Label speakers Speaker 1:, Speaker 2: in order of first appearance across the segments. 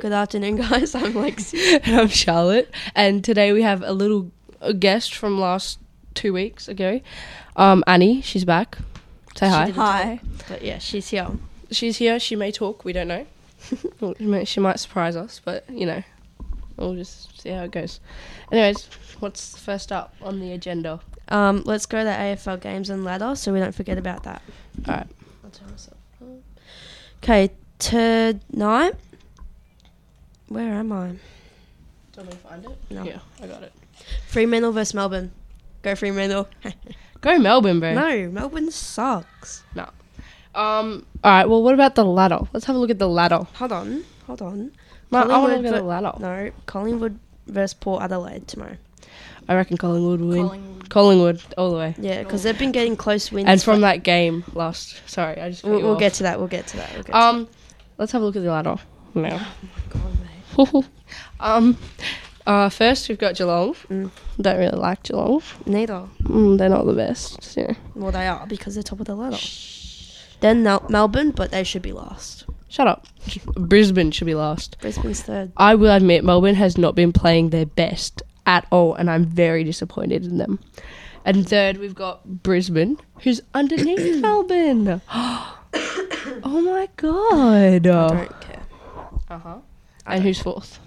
Speaker 1: Good afternoon, guys. I'm Lexi.
Speaker 2: and I'm Charlotte. And today we have a little a guest from last two weeks ago, um, Annie. She's back. Say
Speaker 1: She
Speaker 2: hi.
Speaker 1: didn't Hi.
Speaker 2: But yeah, she's here. She's here. She may talk. We don't know. Or she may- she might surprise us, but you know, we'll just see how it goes. Anyways, what's first up on the agenda?
Speaker 1: Um, let's go to the AFL games and ladder so we don't forget about that.
Speaker 2: All right.
Speaker 1: Okay, tonight. Where am I?
Speaker 2: Do you want me to find it?
Speaker 1: No.
Speaker 2: Yeah, I got it.
Speaker 1: Fremantle versus Melbourne. Go Fremantle.
Speaker 2: Go Melbourne, bro.
Speaker 1: no, Melbourne sucks.
Speaker 2: Um. All right. Well, what about the ladder? Let's have a look at the ladder.
Speaker 1: Hold on, hold on.
Speaker 2: No, I want to
Speaker 1: Collingwood
Speaker 2: look at
Speaker 1: ver-
Speaker 2: the ladder.
Speaker 1: No, Collingwood versus Port Adelaide tomorrow.
Speaker 2: I reckon Collingwood will win. Collingwood all the way.
Speaker 1: Yeah, because they've been getting close wins.
Speaker 2: Oh. and from that game last. Sorry, I just. cut
Speaker 1: we'll,
Speaker 2: you
Speaker 1: we'll
Speaker 2: off.
Speaker 1: get to that. We'll get to that. We'll get
Speaker 2: Um, let's have a look at the ladder now.
Speaker 1: to that.
Speaker 2: um, uh, first we've got Geelong.
Speaker 1: Mm.
Speaker 2: Don't really like Geelong.
Speaker 1: Neither.
Speaker 2: Mm, they're not the best. Yeah.
Speaker 1: Well, they are because they're top of the ladder. They're Mel- Melbourne, but they should be last.
Speaker 2: Shut up. Brisbane should be last.
Speaker 1: Brisbane's third.
Speaker 2: I will admit Melbourne has not been playing their best at all, and I'm very disappointed in them. And third, we've got Brisbane, who's underneath Melbourne. oh my god.
Speaker 1: I
Speaker 2: Uh
Speaker 1: don't care.
Speaker 2: huh. And who's fourth?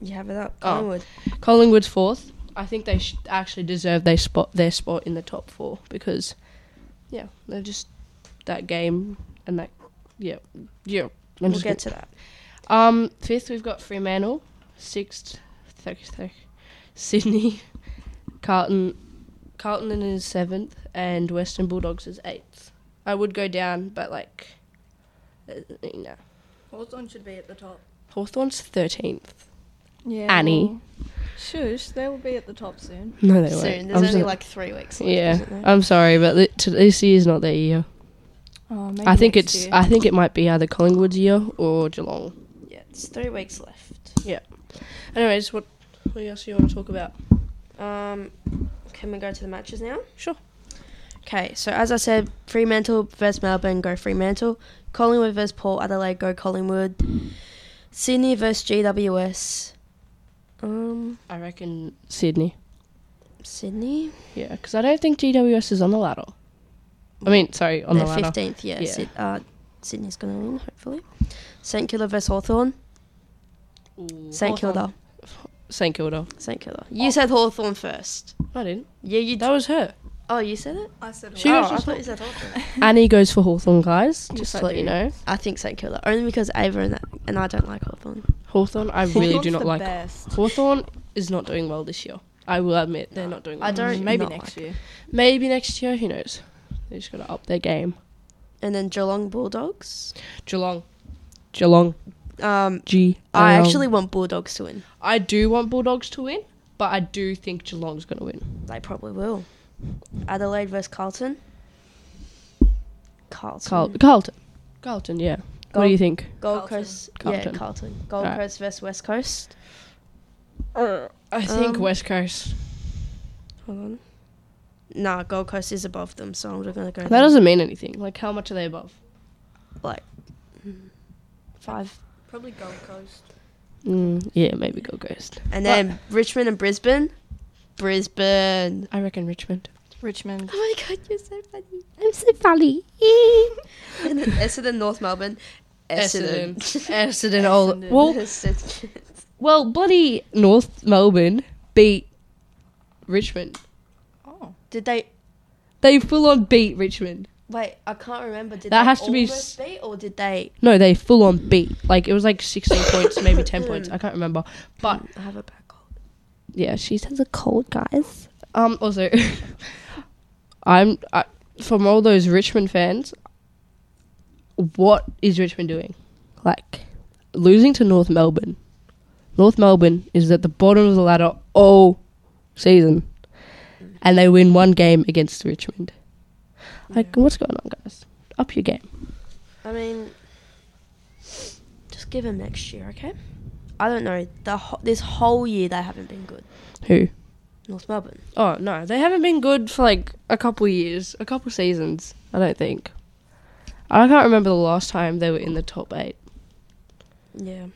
Speaker 1: You have it up.
Speaker 2: Oh.
Speaker 1: Collingwood.
Speaker 2: Collingwood's fourth. I think they sh- actually deserve their spot their spot in the top four because, yeah, they're just that game and that yeah yeah. I'm
Speaker 1: We'll
Speaker 2: just
Speaker 1: get to that.
Speaker 2: gonna- um fifth we've got Fremantle, sixth, thirty, thirty, Sydney, Carlton, Carlton is seventh, and Western Bulldogs is eighth. I would go down, but like, uh, you know,
Speaker 3: Hawthorn should be at the top.
Speaker 2: Hawthorn's thirteenth.
Speaker 3: Yeah.
Speaker 2: Annie,
Speaker 3: Shush, they will be at the top soon.
Speaker 2: no, they
Speaker 1: Soon.
Speaker 2: won't.
Speaker 1: There's
Speaker 2: I'm
Speaker 1: only
Speaker 2: so-
Speaker 1: like three weeks. Left,
Speaker 2: Yeah,
Speaker 1: Isn't there?
Speaker 2: I'm sorry, but th- t- this year's not their year.
Speaker 3: Oh, maybe
Speaker 2: I think it's I think it might be either Collingwood's year or Geelong.
Speaker 1: yeah, it's three weeks left.
Speaker 2: Anyways, what what else do you want to talk about?
Speaker 1: Um, can we go to the matches now?
Speaker 2: Sure.
Speaker 1: Okay, so as I said, Fremantle versus Melbourne, go Fremantle. Collingwood versus Port Adelaide, go Collingwood. Sydney versus GWS. Um,
Speaker 2: I reckon Sydney.
Speaker 1: Sydney.
Speaker 2: Yeah, because I don't think GWS is on the ladder. I mean, sorry, on
Speaker 1: They're
Speaker 2: the ladder.
Speaker 1: 15th, yeah.
Speaker 2: Yeah.
Speaker 1: Syd- uh, Sydney's going to win, hopefully. St Kilda versus Hawthorn. St Kilda.
Speaker 2: St Kilda.
Speaker 1: St Kilda. You said Hawthorn first.
Speaker 2: I didn't.
Speaker 1: Yeah, you.
Speaker 2: Oh. That was her.
Speaker 1: oh, you said it.
Speaker 3: I said
Speaker 2: She
Speaker 1: oh,
Speaker 2: goes
Speaker 1: I
Speaker 2: for
Speaker 1: thought you said Hawthorn.
Speaker 2: Annie goes for Hawthorn, guys. Just
Speaker 3: Yes,
Speaker 2: to
Speaker 3: I
Speaker 2: let you
Speaker 3: do.
Speaker 2: know,
Speaker 1: I think St Kilda only because Ava and, that, and I don't like Hawthorn.
Speaker 2: Hawthorn. I really do not like.
Speaker 3: Best.
Speaker 2: Hawthorn is not doing well this year. I will admit they're not doing. well.
Speaker 1: I don't.
Speaker 3: Maybe
Speaker 1: not
Speaker 3: next
Speaker 1: like-
Speaker 3: year.
Speaker 2: Maybe next year. Who knows? They just gotta up their game.
Speaker 1: And then Geelong Bulldogs.
Speaker 2: Geelong. Geelong.
Speaker 1: Um,
Speaker 2: G.
Speaker 1: I actually want Bulldogs to win.
Speaker 2: I do want Bulldogs to win, but I do think Geelong's going to win.
Speaker 1: They probably will. Adelaide versus Carlton. Carlton.
Speaker 2: Carl- Carlton. Carlton, yeah. What do you think?
Speaker 1: Gold
Speaker 3: Carlton.
Speaker 1: Coast.
Speaker 2: Carlton.
Speaker 1: Yeah, Carlton. Gold
Speaker 2: Alright.
Speaker 1: Coast versus West Coast.
Speaker 2: I think
Speaker 1: Um,
Speaker 2: West Coast.
Speaker 1: Hold on. Nah, Gold Coast is above them, so I'm gonna go.
Speaker 2: That
Speaker 1: them.
Speaker 2: doesn't mean anything. Like, how much are they above?
Speaker 1: five.
Speaker 3: Probably Gold Coast.
Speaker 2: Mm, yeah, maybe Gold Coast.
Speaker 1: And then Richmond and Brisbane. Brisbane.
Speaker 2: I reckon Richmond.
Speaker 3: Richmond.
Speaker 1: Oh my god, you're so funny.
Speaker 2: I'm so funny.
Speaker 1: And then Essendon, North Melbourne.
Speaker 2: Essendon.
Speaker 1: Essendon.
Speaker 2: Essendon. All,
Speaker 3: Essendon.
Speaker 2: well,
Speaker 1: Essendon.
Speaker 2: well, bloody North Melbourne beat Richmond.
Speaker 3: Oh.
Speaker 1: Did they?
Speaker 2: They full on beat Richmond.
Speaker 1: Wait, I can't remember. Did
Speaker 2: That
Speaker 1: they
Speaker 2: has to be
Speaker 1: almost beat or did they?
Speaker 2: No, they full on beat. Like, it was like 16 points, maybe 10 points. I can't remember. But
Speaker 1: I have a back cold.
Speaker 2: yeah, she has a cold, guys. Um, also, I'm I, from all those Richmond fans. What is Richmond doing? Like losing to North Melbourne. North Melbourne is at the bottom of the ladder all season, and they win one game against Richmond. Like, what's going on, guys? Up your game.
Speaker 1: I mean, just give them next year, okay? I don't know. The ho- this whole year they haven't been good.
Speaker 2: Who?
Speaker 1: North Melbourne.
Speaker 2: Oh no, they haven't been good for like a couple years, a couple seasons. I don't think. I can't remember the last time they were in the top eight.
Speaker 1: Yeah.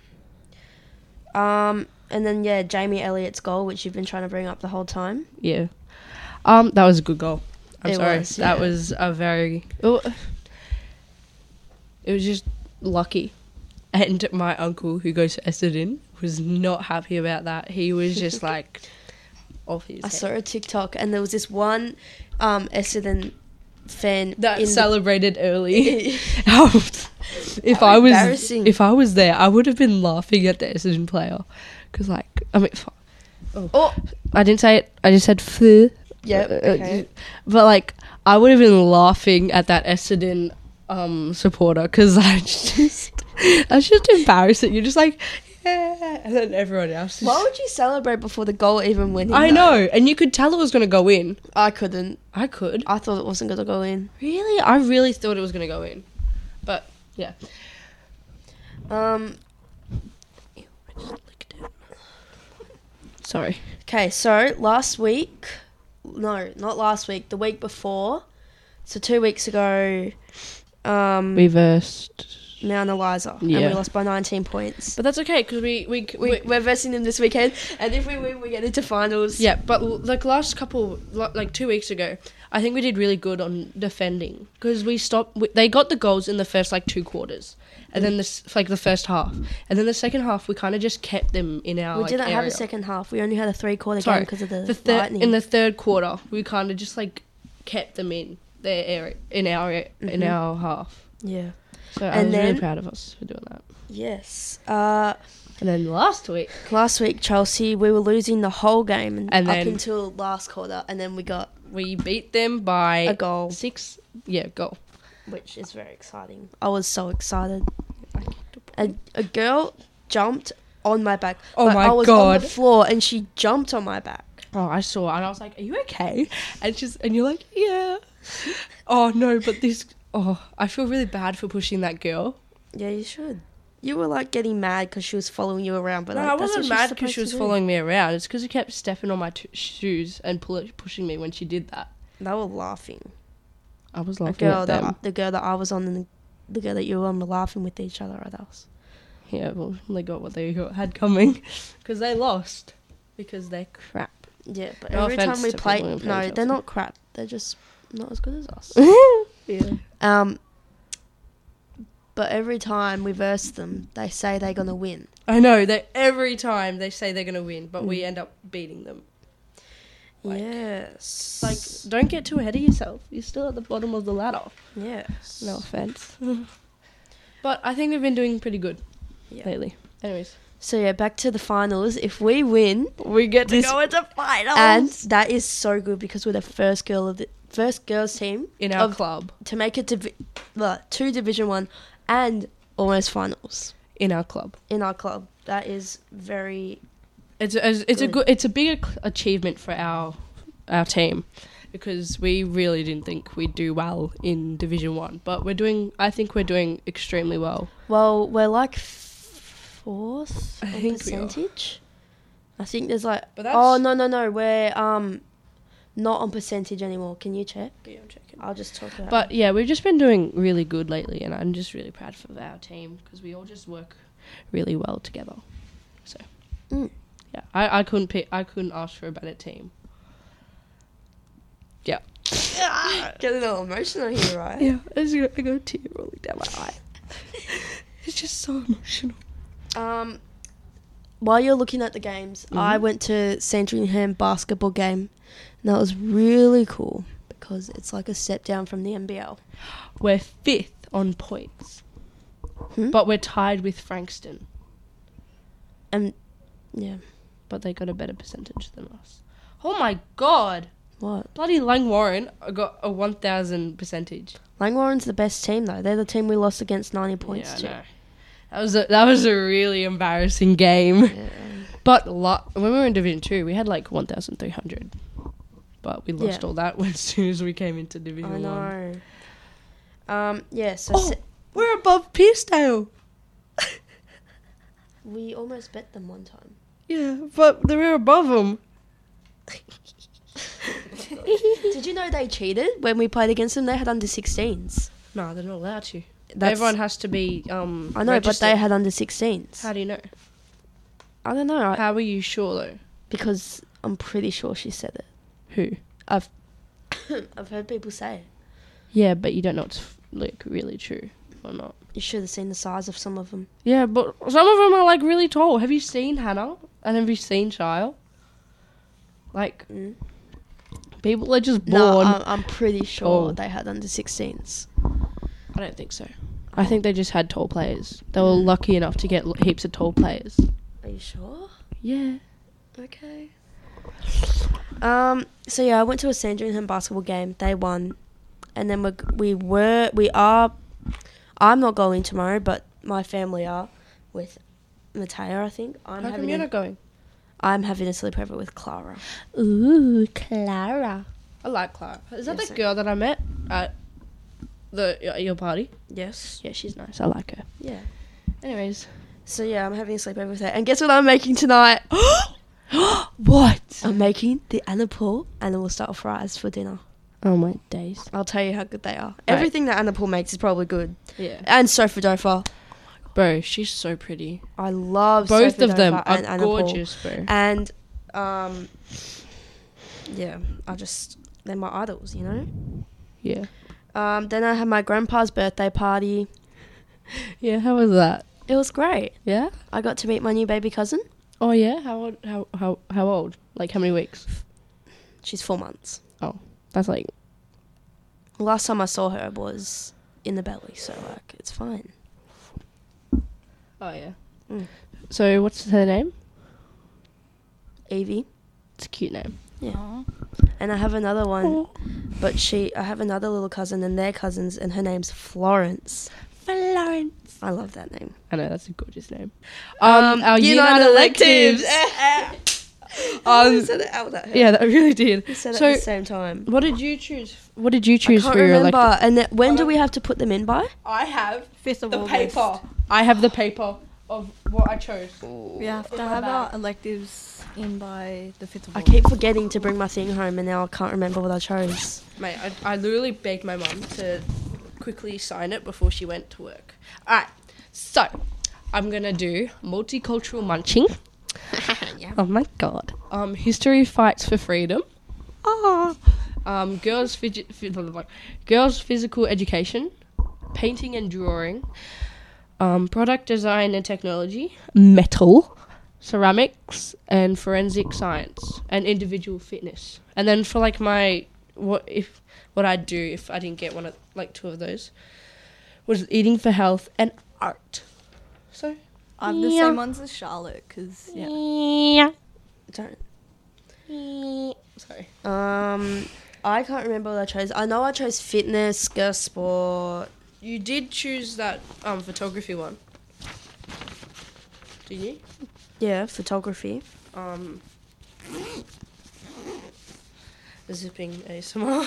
Speaker 1: Um, and then yeah, Jamie Elliott's goal, which you've been trying to bring up the whole time.
Speaker 2: Yeah. Um, that was a good goal. I'm
Speaker 1: It
Speaker 2: sorry.
Speaker 1: was,
Speaker 2: That
Speaker 1: yeah.
Speaker 2: was a very. oh, It was just lucky. And my uncle, who goes to Essendon, was not happy about that. He was just like off his
Speaker 1: I
Speaker 2: head.
Speaker 1: saw a TikTok, and there was this one um, Essendon fan
Speaker 2: that
Speaker 1: in the-
Speaker 2: celebrated early. if I was
Speaker 1: embarrassing.
Speaker 2: if I was there, I would have been laughing at the Essendon player because, like, I mean, fu-
Speaker 1: oh,
Speaker 2: I didn't say it. I just said flu.
Speaker 1: Yep,
Speaker 2: Uh, uh,
Speaker 1: okay.
Speaker 2: But like, I would have been laughing at that Essendon um, supporter because I just, I was just embarrassed that you're just like, yeah, and then everyone else. Is,
Speaker 1: why would you celebrate before the goal even went in?
Speaker 2: I
Speaker 1: though?
Speaker 2: know, and you could tell it was gonna go in.
Speaker 1: I couldn't.
Speaker 2: I could.
Speaker 1: I thought it wasn't going to go in.
Speaker 2: Really, I really thought it was gonna go in, but yeah.
Speaker 1: Um,
Speaker 2: Sorry.
Speaker 1: Okay, so last week, no, not last week, the week before, so two weeks ago, um,
Speaker 2: Reversed.
Speaker 1: Mount Eliza, and
Speaker 2: Yeah.
Speaker 1: we lost by 19 points.
Speaker 2: But that's okay because we we
Speaker 1: We, we're versing them this weekend, and if we win, we get into finals.
Speaker 2: Yeah, but l- like last couple, li- like two weeks ago, I think we did really good on defending because we stopped. We, they got the goals in the first like two quarters, and then this like the first half, and then the second half we kind of just kept them in our.
Speaker 1: we
Speaker 2: like,
Speaker 1: didn't have a
Speaker 2: area.
Speaker 1: second half. We only had a three quarter
Speaker 2: Sorry,
Speaker 1: game because of the,
Speaker 2: The thir-
Speaker 1: lightning.
Speaker 2: in the third quarter, we kind of just like kept them in their area in our in
Speaker 1: Mhm.
Speaker 2: our half.
Speaker 1: yeah.
Speaker 2: So I
Speaker 1: And
Speaker 2: was
Speaker 1: then-
Speaker 2: really proud of us for doing that.
Speaker 1: Yes. Uh,
Speaker 2: And then last week,
Speaker 1: last week Chelsea, we were losing the whole game and
Speaker 2: And
Speaker 1: up
Speaker 2: then-
Speaker 1: until last quarter, and then we got
Speaker 2: we beat them by
Speaker 1: a goal,
Speaker 2: six. Yeah, goal.
Speaker 1: which is very exciting. I was so excited. A, a girl jumped on my back.
Speaker 2: Oh
Speaker 1: Like,
Speaker 2: my
Speaker 1: I was on the
Speaker 2: God.
Speaker 1: floor and she jumped on my back.
Speaker 2: oh, I saw, and I was like, "Are you okay?" And she's, and you're like, "Yeah." oh no, but this. Oh, I feel really bad for pushing that girl.
Speaker 1: Yeah, you should. You were like getting mad because she was following you around, but
Speaker 2: no,
Speaker 1: like,
Speaker 2: I
Speaker 1: that's what
Speaker 2: wasn't
Speaker 1: she's
Speaker 2: mad because she
Speaker 1: supposed
Speaker 2: was
Speaker 1: to do.
Speaker 2: following me around. It's because she kept stepping on my t- shoes and pull- pushing me when she did that.
Speaker 1: They were laughing.
Speaker 2: I was
Speaker 1: The
Speaker 2: laughing
Speaker 1: girl
Speaker 2: at
Speaker 1: that
Speaker 2: them.
Speaker 1: the girl that I was on and the girl that you were on were laughing with each other at us.
Speaker 2: Yeah, well, they got what they got, had coming because they lost because they're crap.
Speaker 1: Yeah, but
Speaker 2: No
Speaker 1: every
Speaker 2: offense
Speaker 1: time we
Speaker 2: to people
Speaker 1: play,
Speaker 2: who play
Speaker 1: no,
Speaker 2: Chelsea.
Speaker 1: they're not crap. They're just not as good as us.
Speaker 2: Yeah.
Speaker 1: um, but every time we verse them, they say they're gonna win.
Speaker 2: I know that every time they say they're gonna win, but we end up beating them. Like-
Speaker 1: yes.
Speaker 2: Like, don't get too ahead of yourself. You're still at the bottom of the ladder.
Speaker 1: yes.
Speaker 2: No offense. but I think we've been doing pretty good
Speaker 1: Yeah.
Speaker 2: lately. Anyways,
Speaker 1: So yeah, back to the finals. If we win,
Speaker 2: we get
Speaker 1: to go
Speaker 2: into finals
Speaker 1: and that is so good because we're the first girl of the first girls team
Speaker 2: in our
Speaker 1: of-
Speaker 2: club,
Speaker 1: to make it to two Division One and almost finals
Speaker 2: in our club.
Speaker 1: in our club. That is very
Speaker 2: It's a, it's, it's a
Speaker 1: Good.
Speaker 2: good it's a big ac- achievement for our our team because we really didn't think we'd do well in Division One, but we're doing. I think we're doing extremely well.
Speaker 1: Well, we're like f- fourth
Speaker 2: I
Speaker 1: on
Speaker 2: think we are.
Speaker 1: percentage. I think there's like
Speaker 2: But that's-
Speaker 1: oh no no no we're um not on percentage anymore. Can you check? I'll just talk about.
Speaker 2: But yeah, we've just been doing really good lately, and I'm just really proud of our team because we all just work really well together. So,
Speaker 1: Mm.
Speaker 2: yeah, I, I couldn't pick, I couldn't ask for a better team. Yeah,
Speaker 1: getting all emotional here, right?
Speaker 2: yeah, I just got, I got a tear rolling down my eye. it's just so emotional.
Speaker 1: Um, while you're looking at the games, I
Speaker 2: Mhm.
Speaker 1: went to Sandringham basketball game, and that was really cool because it's like a step down from the NBL.
Speaker 2: We're fifth on points,
Speaker 1: Hmm?
Speaker 2: but we're tied with Frankston,
Speaker 1: And yeah,
Speaker 2: but they got a better percentage than us. Oh my god!
Speaker 1: what
Speaker 2: Bloody Lang Warren got a 1000 percentage.
Speaker 1: Langwarren's the best team though. They're the team we lost against ninety
Speaker 2: Yeah,
Speaker 1: points
Speaker 2: I know. That was a, that was a really embarrassing game.
Speaker 1: to. Yeah.
Speaker 2: But lo- when we were in Division Two, we had like one thousand three hundred, but we lost
Speaker 1: Yeah.
Speaker 2: all that as soon as we came into
Speaker 1: I
Speaker 2: Division One.
Speaker 1: know. Um, yeah, so
Speaker 2: Oh,
Speaker 1: se-
Speaker 2: we're above Piercedale.
Speaker 1: we almost bet them one time.
Speaker 2: Yeah, but they were above them.
Speaker 1: Did you know they cheated when we played against them? They had under 16s.
Speaker 2: No, they're not allowed to.
Speaker 1: That's,
Speaker 2: Everyone has to be. Um,
Speaker 1: I know,
Speaker 2: registered.
Speaker 1: but they had under 16s.
Speaker 2: How do you know?
Speaker 1: I don't know. I,
Speaker 2: How are you sure though?
Speaker 1: because I'm pretty sure she said it.
Speaker 2: Who?
Speaker 1: I've heard people say it.
Speaker 2: Yeah, but you don't know it's like really true or not.
Speaker 1: You should have seen the size of some of them.
Speaker 2: Yeah, but some of them are like really tall. Have you seen Hannah? And have you seen Shia? Like
Speaker 1: Mm.
Speaker 2: people are just
Speaker 1: No,
Speaker 2: born.
Speaker 1: I'm, I'm pretty sure
Speaker 2: Oh.
Speaker 1: they had under 16s.
Speaker 2: I don't think so. I think they just had tall players. They were lucky enough to get l- heaps of tall players.
Speaker 1: Are you sure?
Speaker 2: Yeah.
Speaker 1: Okay. Um. So yeah, I went to a Sandringham basketball game. They won, and then we we were we are. I'm not going tomorrow, but my family are with Mateo. I think I'm
Speaker 2: How come
Speaker 1: having
Speaker 2: you're
Speaker 1: a,
Speaker 2: not going?
Speaker 1: I'm having a sleepover with Clara.
Speaker 2: Ooh, Clara. I like Clara. Is that
Speaker 1: Yes,
Speaker 2: the
Speaker 1: I-
Speaker 2: girl that I met at the at your party?
Speaker 1: Yes.
Speaker 2: Yeah, she's nice. I like her.
Speaker 1: Yeah.
Speaker 2: Anyways.
Speaker 1: So yeah, I'm having a sleepover with her. And guess what I'm making tonight?
Speaker 2: what?
Speaker 1: I'm making the Anna Paul animal style fries for dinner.
Speaker 2: Oh my days.
Speaker 1: I'll tell you how good they are. Everything that Anna Paul makes is probably good.
Speaker 2: Yeah.
Speaker 1: And Sofa Dofa.
Speaker 2: Bro, she's so pretty.
Speaker 1: I love
Speaker 2: Both
Speaker 1: Sofa
Speaker 2: of them
Speaker 1: Dofa
Speaker 2: are
Speaker 1: and Anna Paul.
Speaker 2: gorgeous, bro.
Speaker 1: And um, yeah, I just they're my idols, you know.
Speaker 2: Yeah.
Speaker 1: Um, then I had my grandpa's birthday party.
Speaker 2: Yeah, how was that?
Speaker 1: It was great.
Speaker 2: Yeah?
Speaker 1: I got to meet my new baby cousin.
Speaker 2: Oh yeah? How old how how how old? Like how many weeks?
Speaker 1: She's four months.
Speaker 2: That's like
Speaker 1: Last time I saw her was in the belly, so like it's fine.
Speaker 2: Oh yeah.
Speaker 1: Mm.
Speaker 2: So what's her name?
Speaker 1: Evie,
Speaker 2: It's a cute name.
Speaker 1: Yeah.
Speaker 3: Aw.
Speaker 1: and I have another one,
Speaker 2: Oh.
Speaker 1: but she I have another little cousin and they're cousins, and her name's Florence.
Speaker 2: Florence.
Speaker 1: I love that name.
Speaker 2: I know that's a gorgeous name. Um, our United, electives.
Speaker 1: um, said it out at her.
Speaker 2: yeah, that really did.
Speaker 1: We said it
Speaker 2: So-
Speaker 1: at the same time.
Speaker 2: What did you choose? What did you choose
Speaker 1: I can't
Speaker 2: for your
Speaker 1: remember.
Speaker 2: elective?
Speaker 1: And that, when do we have to put them in by?
Speaker 2: I have
Speaker 3: Fifth of
Speaker 2: the
Speaker 3: August.
Speaker 2: paper. I have the paper of what I chose.
Speaker 3: We have to
Speaker 2: my
Speaker 3: have our
Speaker 2: bag.
Speaker 3: electives in by the fifth of
Speaker 1: I
Speaker 3: August.
Speaker 1: keep forgetting to bring my thing home, and now I can't remember what I chose.
Speaker 2: Mate, I, I literally begged my mum to quickly sign it before she went to work. All right, so I'm gonna do multicultural munching. Oh my god. Um, history fights for freedom. Ah. Um, girls, fidget, f- blah, blah, blah. girls physical education, painting and drawing, um, product design and technology, metal, ceramics, and forensic science, and individual fitness. And then for like my what if what I'd do if I didn't get one of like two of those was eating for health and art. So
Speaker 3: I have Uh, the
Speaker 2: Yeah.
Speaker 3: same ones as Charlotte, because yeah.
Speaker 2: yeah.
Speaker 1: Don't.
Speaker 2: Sorry.
Speaker 1: Um, I can't remember what I chose. I know I chose fitness, girl sport.
Speaker 2: You did choose that um photography one. Did you?
Speaker 1: Yeah, photography.
Speaker 2: Um zipping ASMR.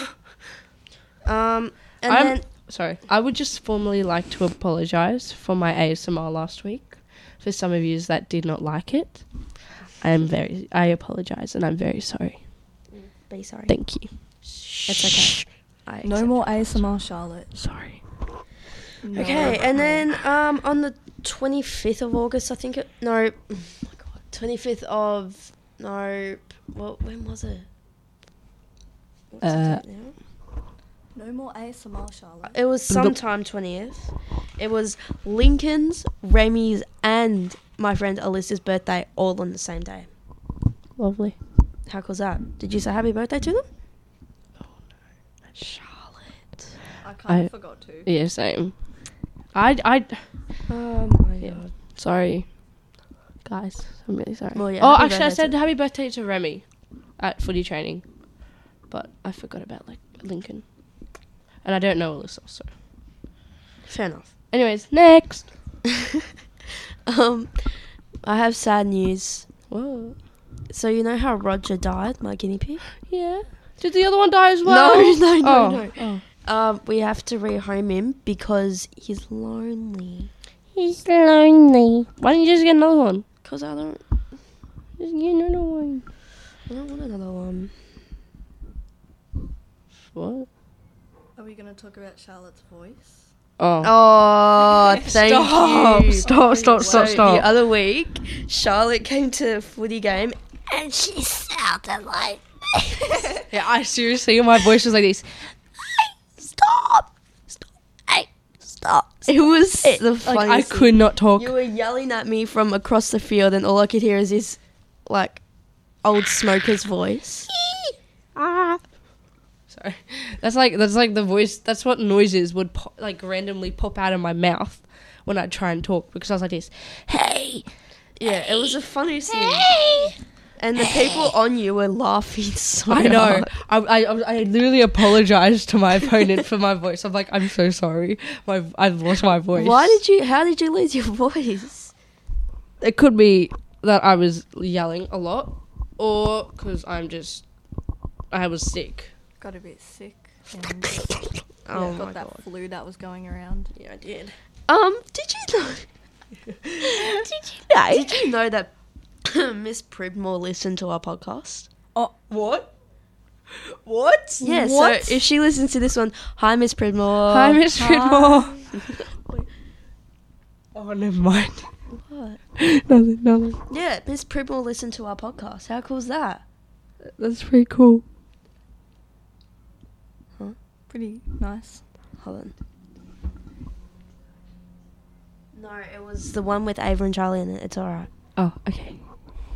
Speaker 1: Um, and
Speaker 2: I'm-
Speaker 1: then
Speaker 2: Sorry. I would just formally like to apologize for my ASMR last week for some of you that did not like it. I am very I apologize and I'm very sorry.
Speaker 1: be sorry.
Speaker 2: Thank you.
Speaker 1: It's okay. I
Speaker 3: No
Speaker 1: accept
Speaker 3: more
Speaker 1: it.
Speaker 3: ASMR, Charlotte.
Speaker 2: Sorry.
Speaker 3: No.
Speaker 1: Okay, and then um, on the twenty fifth of August, I think it. No, oh my god, twenty fifth of no. Well, when was it? What's
Speaker 2: Uh,
Speaker 1: the date now?
Speaker 3: No more ASMR, Charlotte.
Speaker 1: It was sometime twentieth. It was Lincoln's, Remy's, and my friend Alyssa's birthday all on the same day.
Speaker 2: Lovely.
Speaker 1: How cool's that? Did you say happy birthday to them?
Speaker 3: I kind
Speaker 2: I-
Speaker 3: of forgot to.
Speaker 2: Yeah, same. I I
Speaker 1: Oh my
Speaker 2: Yeah.
Speaker 1: god.
Speaker 2: Sorry, guys. I'm really sorry.
Speaker 1: Well, yeah,
Speaker 2: oh,
Speaker 1: happy
Speaker 2: actually, I
Speaker 1: birthday
Speaker 2: said
Speaker 1: to-
Speaker 2: happy birthday to Remy at footy training, but I forgot about like Lincoln, and I don't know Alyssa. So,
Speaker 1: Fair enough.
Speaker 2: anyways, next.
Speaker 1: um, I have sad news.
Speaker 2: Whoa.
Speaker 1: So you know how Roger died, my guinea pig.
Speaker 2: Yeah. Did the other one die as well?
Speaker 1: No, no, no,
Speaker 2: Oh,
Speaker 1: no.
Speaker 2: oh.
Speaker 1: Um, we have to rehome him because he's lonely.
Speaker 2: He's lonely. Why don't you just get another one?
Speaker 1: Cause I don't,
Speaker 2: Just get another one.
Speaker 1: I don't want another one.
Speaker 2: What?
Speaker 3: Are we going to talk about Charlotte's voice?
Speaker 2: Oh.
Speaker 1: Oh, thank
Speaker 2: stop,
Speaker 1: you.
Speaker 2: stop, stop, stop,
Speaker 1: So
Speaker 2: stop.
Speaker 1: The other week, Charlotte came to a footy game and she sounded like this.
Speaker 2: Yeah, I seriously, my voice was like this.
Speaker 1: stop, stop, hey, stop.
Speaker 2: It was
Speaker 1: It-
Speaker 2: the
Speaker 1: like,
Speaker 2: funniest.
Speaker 1: I
Speaker 2: I could not talk.
Speaker 1: You were yelling at me from across the field, and all I could hear is this, like, old smoker's voice.
Speaker 2: ah. Sorry, that's like that's like the voice. That's what noises would po- like randomly pop out of my mouth when I try and talk because I was like this. Hey,
Speaker 1: Oh Yeah, it was a funny scene,
Speaker 2: hey.
Speaker 1: and the people on you were laughing so
Speaker 2: I know.
Speaker 1: hard.
Speaker 2: I, I I literally apologized to my opponent for my voice. I'm like, I'm so sorry. My I've lost my voice.
Speaker 1: Why did you? How did you lose your voice?
Speaker 2: it could be that I was yelling a lot, or because I'm just I was sick.
Speaker 3: Got a bit sick. And
Speaker 1: Oh
Speaker 3: got
Speaker 1: my
Speaker 3: that
Speaker 1: god.
Speaker 3: flu that was going around.
Speaker 2: Yeah, I did.
Speaker 1: Um, did you know? did you know? Did you know that Miss Pridmore listened to our podcast?
Speaker 2: Oh, What? What?
Speaker 1: Yeah,
Speaker 2: What?
Speaker 1: so if she listens to this one, hi Miss Pridmore.
Speaker 2: Hi, Miss
Speaker 3: Hi.
Speaker 2: Pridmore. Oh, never mind.
Speaker 1: What?
Speaker 2: nothing, nothing.
Speaker 1: Yeah, Miss Pridmore listened to our podcast. How cool is that?
Speaker 2: That's pretty cool.
Speaker 3: Pretty nice.
Speaker 1: Hold on. No, it was the one with Ava and Charlie in it. It's alright.
Speaker 2: Oh, okay.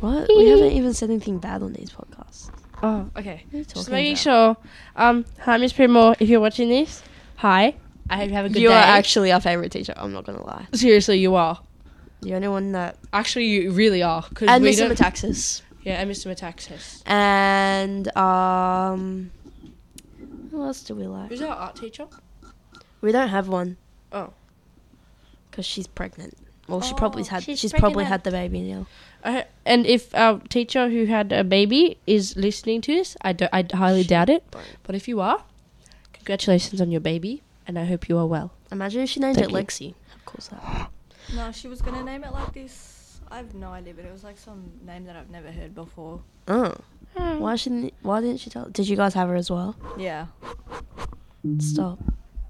Speaker 1: What? we haven't even said anything bad on these podcasts.
Speaker 2: Oh, okay.
Speaker 1: What are you
Speaker 2: Just
Speaker 1: talking
Speaker 2: making
Speaker 1: about?
Speaker 2: sure. Um, hi, Miss Pridmore. If you're watching this, hi. I hope you have a good
Speaker 1: You
Speaker 2: day.
Speaker 1: are actually our favorite teacher. I'm not gonna lie.
Speaker 2: seriously, you are.
Speaker 1: You're the only one that
Speaker 2: Actually, you really are. 'cause
Speaker 1: and
Speaker 2: we
Speaker 1: Mr.
Speaker 2: don't-
Speaker 1: Metaxas.
Speaker 2: Yeah, and Mr. Metaxas.
Speaker 1: And um, who else do we like?
Speaker 2: Who's our art teacher?
Speaker 1: We don't have one.
Speaker 2: Oh.
Speaker 1: because she's pregnant. Well, she probably
Speaker 2: Oh,
Speaker 1: had. She's,
Speaker 2: she's
Speaker 1: probably
Speaker 2: pregnant.
Speaker 1: had the baby now.
Speaker 2: Uh, and if our teacher who had a baby is listening to this, I, do, I highly doubt it. But if you are, congratulations on your baby, and I hope you are well.
Speaker 1: Imagine if she named
Speaker 2: Thank
Speaker 1: it
Speaker 2: you.
Speaker 1: Lexi. Of course that.
Speaker 3: No, she was gonna name it like this. I have no idea, but it was like some name that I've never heard before.
Speaker 1: Oh,
Speaker 2: Hmm.
Speaker 1: why shouldn't? Why didn't she tell? Did you guys have her as well?
Speaker 3: Yeah.
Speaker 1: Stop.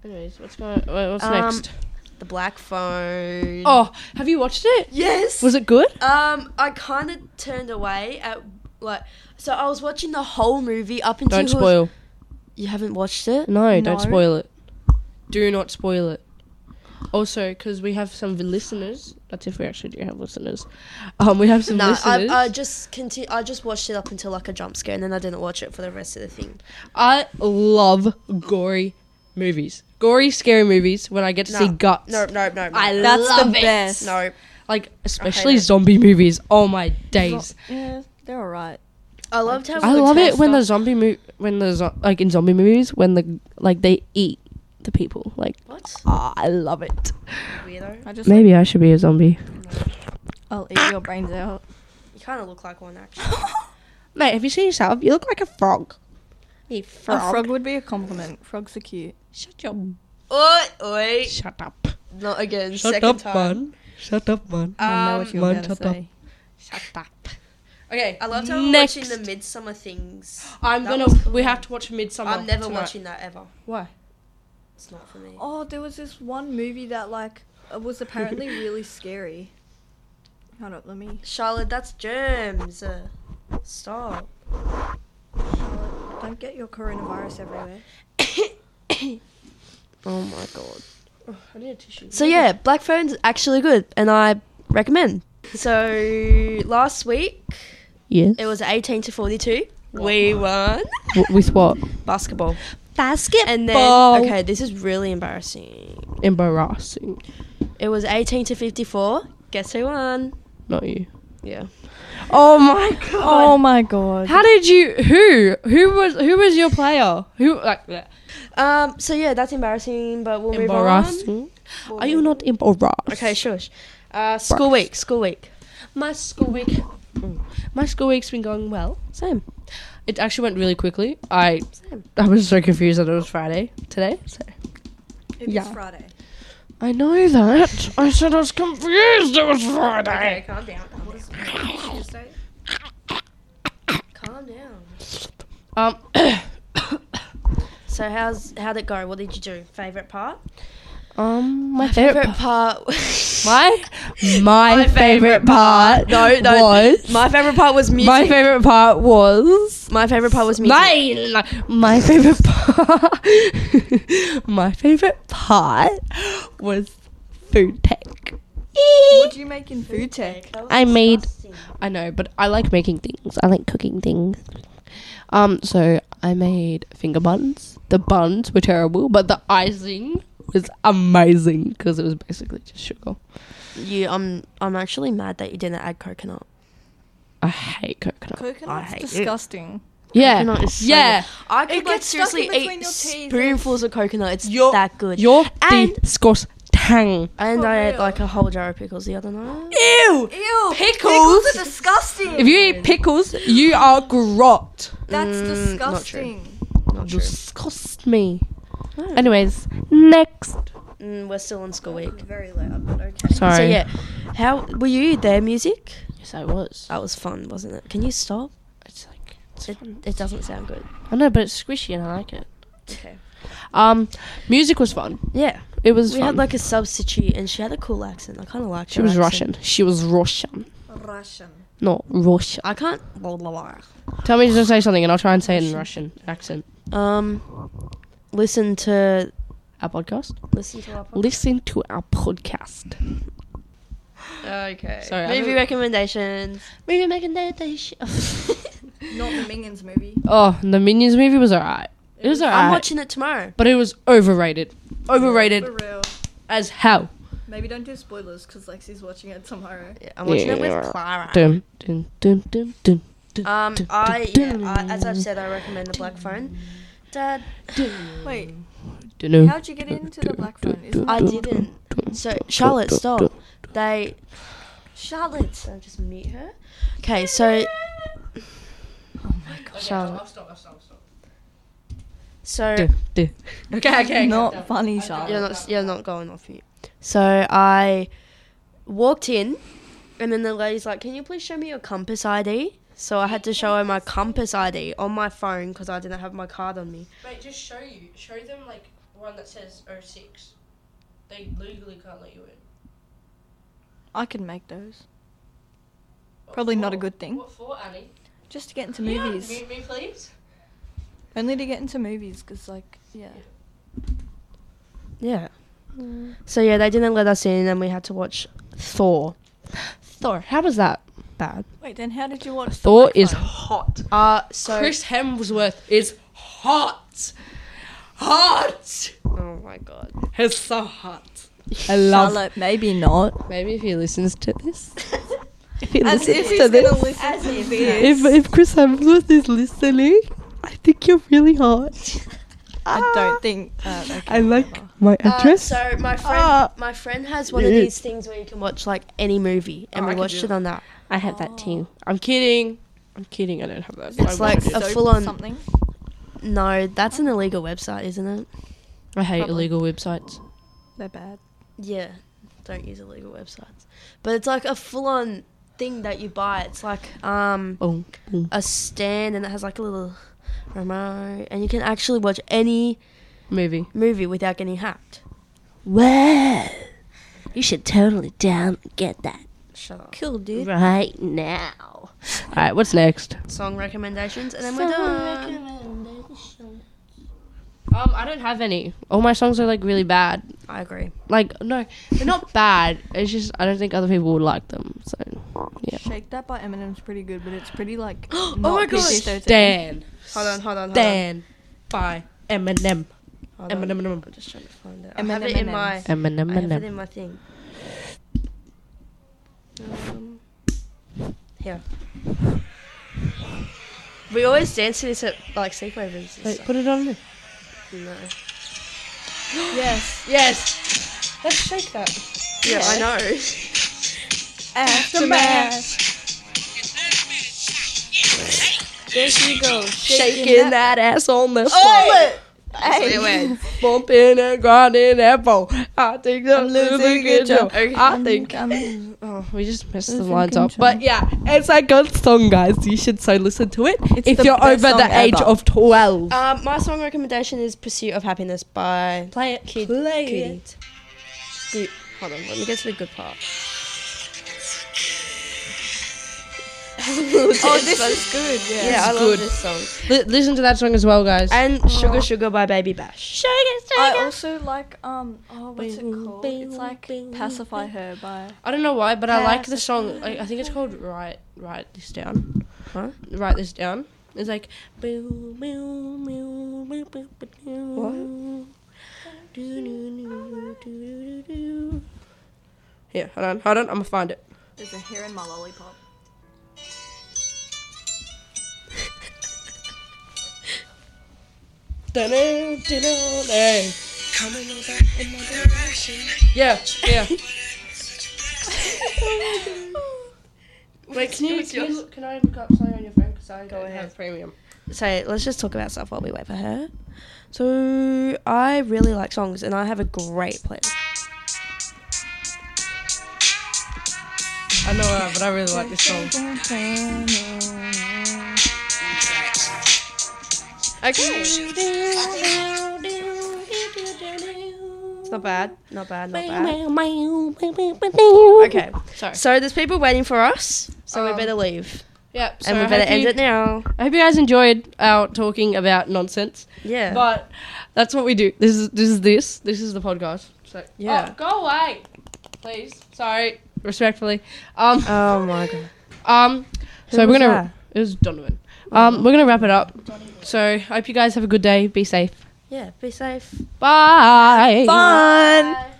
Speaker 2: Anyways, what's going? wha- What's
Speaker 1: Um,
Speaker 2: next?
Speaker 1: The black phone.
Speaker 2: Oh, have you watched it?
Speaker 1: yes.
Speaker 2: Was it good?
Speaker 1: Um, I kind of turned away at like. So I was watching the whole movie up until.
Speaker 2: Don't
Speaker 1: he was-
Speaker 2: spoil.
Speaker 1: You haven't watched it.
Speaker 2: No,
Speaker 3: No.
Speaker 2: don't spoil it. Do not spoil it. Also, because we have some listeners. That's if we actually do have listeners. Um, we have some
Speaker 1: No, I,
Speaker 2: listeners.
Speaker 1: I just continue. I just watched it up until like a jump scare, and then I didn't watch it for the rest of the thing.
Speaker 2: I love gory movies. Gory, scary movies when I get to see guts.
Speaker 1: No, no, no, no.
Speaker 3: That's the best.
Speaker 1: no.
Speaker 2: Like, especially
Speaker 1: it.
Speaker 2: zombie movies. Oh my days.
Speaker 3: Yeah, they're alright.
Speaker 1: I loved how.
Speaker 2: I
Speaker 1: we
Speaker 2: love it
Speaker 1: tensed
Speaker 2: when
Speaker 1: up.
Speaker 2: the zombie mo- when the zo- like in zombie movies when the like they eat the people. Like,
Speaker 1: What?
Speaker 2: ah, I love it.
Speaker 1: Weirdo.
Speaker 3: I just
Speaker 2: Maybe I should be a zombie.
Speaker 3: I'll eat your brains out.
Speaker 1: You kind of look like one, actually.
Speaker 2: Mate, have you seen yourself? You look like a frog. You frog.
Speaker 3: A frog would be a compliment. Frogs are cute.
Speaker 2: Shut your. b-
Speaker 1: oi, oi.
Speaker 2: Shut up.
Speaker 1: Not again.
Speaker 2: Shut
Speaker 1: Second
Speaker 2: up,
Speaker 1: time.
Speaker 2: man. Shut up, man.
Speaker 3: I know what you're
Speaker 2: mine
Speaker 3: gonna
Speaker 2: shut up.
Speaker 3: say.
Speaker 2: Shut up.
Speaker 1: Okay, I loved how we're
Speaker 2: Next.
Speaker 1: watching the Midsummer things.
Speaker 2: I'm
Speaker 1: That
Speaker 2: gonna.
Speaker 1: was cool.
Speaker 2: We have to watch Midsummer.
Speaker 1: I'm never
Speaker 2: tonight.
Speaker 1: watching that ever.
Speaker 2: Why?
Speaker 1: It's not for me.
Speaker 3: Oh, there was this one movie that like uh, was apparently really scary. Hold up, let me.
Speaker 1: Charlotte, that's germs. Uh, stop.
Speaker 3: Charlotte, don't get your coronavirus everywhere.
Speaker 1: Oh my god.
Speaker 2: I need a tissue.
Speaker 1: So yeah, Black Phone's actually good, and I recommend. So last week
Speaker 2: Yes.
Speaker 1: it was 18 to 42. We won
Speaker 2: W- with what?
Speaker 1: basketball,
Speaker 2: Basketball.
Speaker 1: and then okay, this is really embarrassing.
Speaker 2: Embarrassing.
Speaker 1: It was 18 to 54. Guess who won?
Speaker 2: Not you.
Speaker 1: Yeah.
Speaker 2: Oh my god.
Speaker 3: my god.
Speaker 2: How did you? Who? Who was? Who was your player? Who? Like. bleh.
Speaker 1: Um. So yeah, that's embarrassing, but we'll move on.
Speaker 2: Embarrassing. Are you not embarrassed?
Speaker 1: Okay, shush. Uh, school
Speaker 2: Brush.
Speaker 1: week, school week.
Speaker 2: My school week. Mm. My school week's been going well.
Speaker 1: Same.
Speaker 2: It actually went really quickly. I
Speaker 1: Same.
Speaker 2: I was so confused that it was Friday today. So.
Speaker 3: It is
Speaker 2: Yeah.
Speaker 3: Friday.
Speaker 2: I know that. I said I was confused. It was Friday.
Speaker 1: calm down.
Speaker 3: What is Tuesday?
Speaker 1: Calm down.
Speaker 2: Um.
Speaker 1: So how's how'd it go? What did you do? Favorite part?
Speaker 2: Um, my, favorite,
Speaker 1: favorite
Speaker 2: part.
Speaker 1: part.
Speaker 2: my my,
Speaker 1: My
Speaker 2: favorite part.
Speaker 1: no, no.
Speaker 2: was
Speaker 1: my favorite part was music.
Speaker 2: my favorite part was
Speaker 1: My favorite part was music.
Speaker 2: my my favorite part. my favorite part was food tech.
Speaker 3: What do you make in food tech?
Speaker 2: I made- I know, but I like making things. I like cooking things. Um, so I made finger buns. The buns were terrible, but the icing was amazing because it was basically just sugar.
Speaker 1: You, I'm, I'm actually mad that you didn't add coconut.
Speaker 2: I hate coconut.
Speaker 3: Coconut's
Speaker 1: hate it.
Speaker 3: disgusting.
Speaker 2: yeah,
Speaker 1: Coconut is so
Speaker 2: yeah.
Speaker 1: I
Speaker 3: It
Speaker 1: could like
Speaker 3: gets stuck in
Speaker 1: seriously
Speaker 3: between
Speaker 1: eat
Speaker 3: your teeth.
Speaker 1: spoonfuls of coconut. It's
Speaker 2: Your-
Speaker 1: that good.
Speaker 2: Your
Speaker 1: And-
Speaker 2: disgust tang.
Speaker 1: and
Speaker 3: For
Speaker 1: I ate
Speaker 3: real.
Speaker 1: like a whole jar of pickles the other night.
Speaker 2: Ew!
Speaker 3: Ew,
Speaker 2: Pickles?
Speaker 3: are disgusting.
Speaker 2: If you eat pickles, you are grot.
Speaker 3: That's
Speaker 1: Mm, not true.
Speaker 3: disgusting.
Speaker 1: Not true.
Speaker 2: Disgust me.
Speaker 1: No.
Speaker 2: Anyways, next.
Speaker 1: Mm, we're still in school week.
Speaker 3: Very loud, but okay.
Speaker 2: Sorry.
Speaker 1: So yeah, how were you there? Music
Speaker 2: Yes, I was.
Speaker 1: that was fun, wasn't it? Can you stop?
Speaker 2: It's like it's
Speaker 1: It,
Speaker 2: fun.
Speaker 1: it doesn't sound good.
Speaker 2: I know, but it's squishy and I like it.
Speaker 1: Okay.
Speaker 2: Um, music was fun.
Speaker 1: Yeah,
Speaker 2: It was.
Speaker 1: we
Speaker 2: fun.
Speaker 1: had like a substitute, and she had a cool accent. I kind of liked.
Speaker 2: She
Speaker 1: her
Speaker 2: was
Speaker 1: accent.
Speaker 2: Russian. She was Russian,
Speaker 3: Russian.
Speaker 2: not Russian.
Speaker 1: I can't. Blah, blah,
Speaker 2: Tell me to say something, and I'll try and say it in Russian accent.
Speaker 1: blah. Um, listen to
Speaker 2: Our podcast.
Speaker 1: listen to our podcast.
Speaker 2: Listen to our podcast.
Speaker 3: Okay.
Speaker 2: Sorry.
Speaker 1: movie recommendations.
Speaker 2: Movie making that
Speaker 3: Not the Minions movie.
Speaker 2: Oh, the Minions movie was alright. It was
Speaker 1: I'm
Speaker 2: alright,
Speaker 1: watching it tomorrow.
Speaker 2: but it was overrated.
Speaker 3: For
Speaker 2: Overrated
Speaker 3: real.
Speaker 2: as hell.
Speaker 3: Maybe don't do spoilers because Lexi's watching it tomorrow.
Speaker 1: I'm watching it
Speaker 2: Yeah.
Speaker 1: with Clara.
Speaker 2: Dun, dun, dun, dun, dun, dun,
Speaker 1: Um,
Speaker 2: dun,
Speaker 1: I, yeah,
Speaker 2: dun,
Speaker 1: I as I've said, I recommend the Black Phone. Dad,
Speaker 3: Wait,
Speaker 2: dun, dun.
Speaker 3: how'd you get into the Black Phone? Isn't
Speaker 1: I
Speaker 3: it-
Speaker 1: didn't. So Charlotte, stop. They
Speaker 3: Charlotte.
Speaker 1: I'll just mute her. Okay, so. oh Charlotte. So
Speaker 2: Dun, dun.
Speaker 1: okay, okay.
Speaker 3: Not funny, Charlotte.
Speaker 1: You're not. You're not going off mute. So I walked in, and then the lady's like, "Can you please show me your compass ID?" So I had to show her my compass ID on my phone because I didn't have my card on me.
Speaker 2: Wait, just show you. Show them like one that says 06. They legally can't let you in.
Speaker 3: I can make those. Probably not a good thing.
Speaker 2: What for, Annie?
Speaker 3: Just to get into movies.
Speaker 2: me, please.
Speaker 3: Only to get into movies because, like, yeah.
Speaker 1: Yeah. So yeah, they didn't let us in, and we had to watch Thor.
Speaker 2: Thor. How was that bad?
Speaker 3: Wait, then how did you watch?
Speaker 2: Thor is
Speaker 3: Phone?
Speaker 2: hot.
Speaker 1: Uh so.
Speaker 2: Chris Hemsworth is hot. Hot.
Speaker 1: Oh my god.
Speaker 2: He's so hot. I
Speaker 3: Charlotte, maybe not.
Speaker 2: Maybe if he listens to this. If he
Speaker 3: As if
Speaker 2: listens
Speaker 3: he's
Speaker 2: to this.
Speaker 3: gonna listen to
Speaker 2: If,
Speaker 3: this.
Speaker 2: if Chris Hemsworth is listening, I think you're really hot.
Speaker 3: I don't think. Uh, okay,
Speaker 2: I like
Speaker 3: whatever.
Speaker 2: my
Speaker 1: Uh,
Speaker 2: address.
Speaker 1: so my friend,
Speaker 2: Ah.
Speaker 1: my friend has one of
Speaker 2: Yeah.
Speaker 1: these things where you can watch like any movie, and
Speaker 2: Oh, I
Speaker 1: we
Speaker 2: could
Speaker 1: watched
Speaker 2: do
Speaker 1: it on that.
Speaker 2: I have that too. I'm kidding. I'm kidding. I don't have that.
Speaker 1: It's
Speaker 2: I
Speaker 1: like
Speaker 2: wanted
Speaker 1: a
Speaker 2: it.
Speaker 3: Soap
Speaker 1: full-on-
Speaker 3: something.
Speaker 1: No, that's an illegal website, isn't it?
Speaker 2: I hate
Speaker 1: Probably.
Speaker 2: illegal websites.
Speaker 3: They're bad.
Speaker 1: Yeah, don't use illegal websites. But it's like a full-on thing that you buy. It's like um
Speaker 2: Oh,
Speaker 1: a stand, and it has like a little remote, and you can actually watch any
Speaker 2: movie.
Speaker 1: movie without getting hacked.
Speaker 4: Well, you should totally down get that
Speaker 1: Shut up.
Speaker 3: Cool, dude.
Speaker 4: right now.
Speaker 2: All right, what's next?
Speaker 1: Song recommendations, and then we're done.
Speaker 4: Uh-huh.
Speaker 2: Um, I don't have any. All my songs are like really bad.
Speaker 1: I agree.
Speaker 2: Like, no, they're not bad. It's just I don't think other people would like them. So, yeah.
Speaker 3: Shake That by Eminem's pretty good, but it's pretty like.
Speaker 1: Oh
Speaker 3: not
Speaker 1: my gosh.
Speaker 3: PG-13.
Speaker 2: Dan,
Speaker 1: Hold on, hold on, hold on.
Speaker 2: Dan, by Eminem.
Speaker 1: Hold on.
Speaker 2: Eminem.
Speaker 1: I'm just trying to find it. I have it in
Speaker 3: M&Ms.
Speaker 1: my.
Speaker 2: Eminem.
Speaker 1: I have it
Speaker 2: Eminem.
Speaker 1: in my thing. Um, here. We always dance to this at like sleepovers. and
Speaker 2: Wait,
Speaker 1: stuff.
Speaker 2: put it on.
Speaker 1: No.
Speaker 3: Yes.
Speaker 2: Yes. Let's shake that.
Speaker 1: Yeah, I know.
Speaker 3: Aftermath. There she goes. Shaking,
Speaker 2: Shaking that Oh, ass on the floor,
Speaker 3: Hey. Hey.
Speaker 2: bumping and grinding that ball. I think I'm losing
Speaker 3: losing
Speaker 2: control.
Speaker 3: control.
Speaker 2: I think
Speaker 3: I'm-
Speaker 2: Oh, we just messed the
Speaker 3: Losing
Speaker 2: lines up.
Speaker 3: control.
Speaker 2: But yeah, it's a good song, guys. You should so listen to it
Speaker 3: It's
Speaker 2: if
Speaker 3: the
Speaker 2: you're
Speaker 3: best
Speaker 2: over the
Speaker 3: song
Speaker 2: age
Speaker 3: ever.
Speaker 2: of 12.
Speaker 1: Um, my song recommendation is "Pursuit of Happiness" by
Speaker 2: Play it.
Speaker 1: Kid
Speaker 2: Play
Speaker 1: Cudi.
Speaker 2: it.
Speaker 1: do. Hold on, let me get to the good part.
Speaker 3: Oh, this is good. Yeah.
Speaker 1: yeah, I love
Speaker 2: good.
Speaker 1: this song.
Speaker 2: Li- listen to that song as well, guys.
Speaker 1: And Sugar Sugar by Baby Bash.
Speaker 3: I also like um. Oh, what's it
Speaker 1: Bing,
Speaker 3: called?
Speaker 1: bing,
Speaker 3: It's like
Speaker 1: bing,
Speaker 3: "Pacify Her" by.
Speaker 2: I don't know why, but I like the
Speaker 1: Pass
Speaker 2: song. I, I think it's called "Write Write This Down."
Speaker 1: Huh?
Speaker 2: Write this down. It's like yeah. Hold on, hold on. I'm gonna find it.
Speaker 3: There's a hair in my lollipop.
Speaker 2: Hey. Yeah, yeah. Wait, can you, can, you look- can I look up something on your phone? Because I Go don't
Speaker 1: ahead.
Speaker 2: have premium.
Speaker 1: So let's just talk about stuff while we wait for her. So I really like songs, and I have a great playlist.
Speaker 2: I know, uh, but I really like this song.
Speaker 1: Okay. It's not bad. Not bad. Not bad. Okay.
Speaker 2: Sorry.
Speaker 1: So there's people waiting for us. So we
Speaker 2: Um,
Speaker 1: better leave,
Speaker 2: Yeah, so
Speaker 1: and
Speaker 2: I
Speaker 1: we better
Speaker 2: hope
Speaker 1: end
Speaker 2: you-
Speaker 1: it now.
Speaker 2: I hope you guys enjoyed our talking about nonsense.
Speaker 1: Yeah.
Speaker 2: But that's what we do. This is this is this. This is the podcast. So
Speaker 1: Yeah.
Speaker 2: Oh, go away. Please. Sorry. Respectfully. Um
Speaker 1: oh my god.
Speaker 2: um
Speaker 1: Who
Speaker 2: so
Speaker 1: was
Speaker 2: we're gonna
Speaker 1: that? Oh.
Speaker 2: it was Donovan. Um we're gonna wrap it up. So I hope you guys have a good day. Be safe.
Speaker 1: Yeah. Be safe.
Speaker 2: Bye.
Speaker 1: Fun.
Speaker 2: Bye.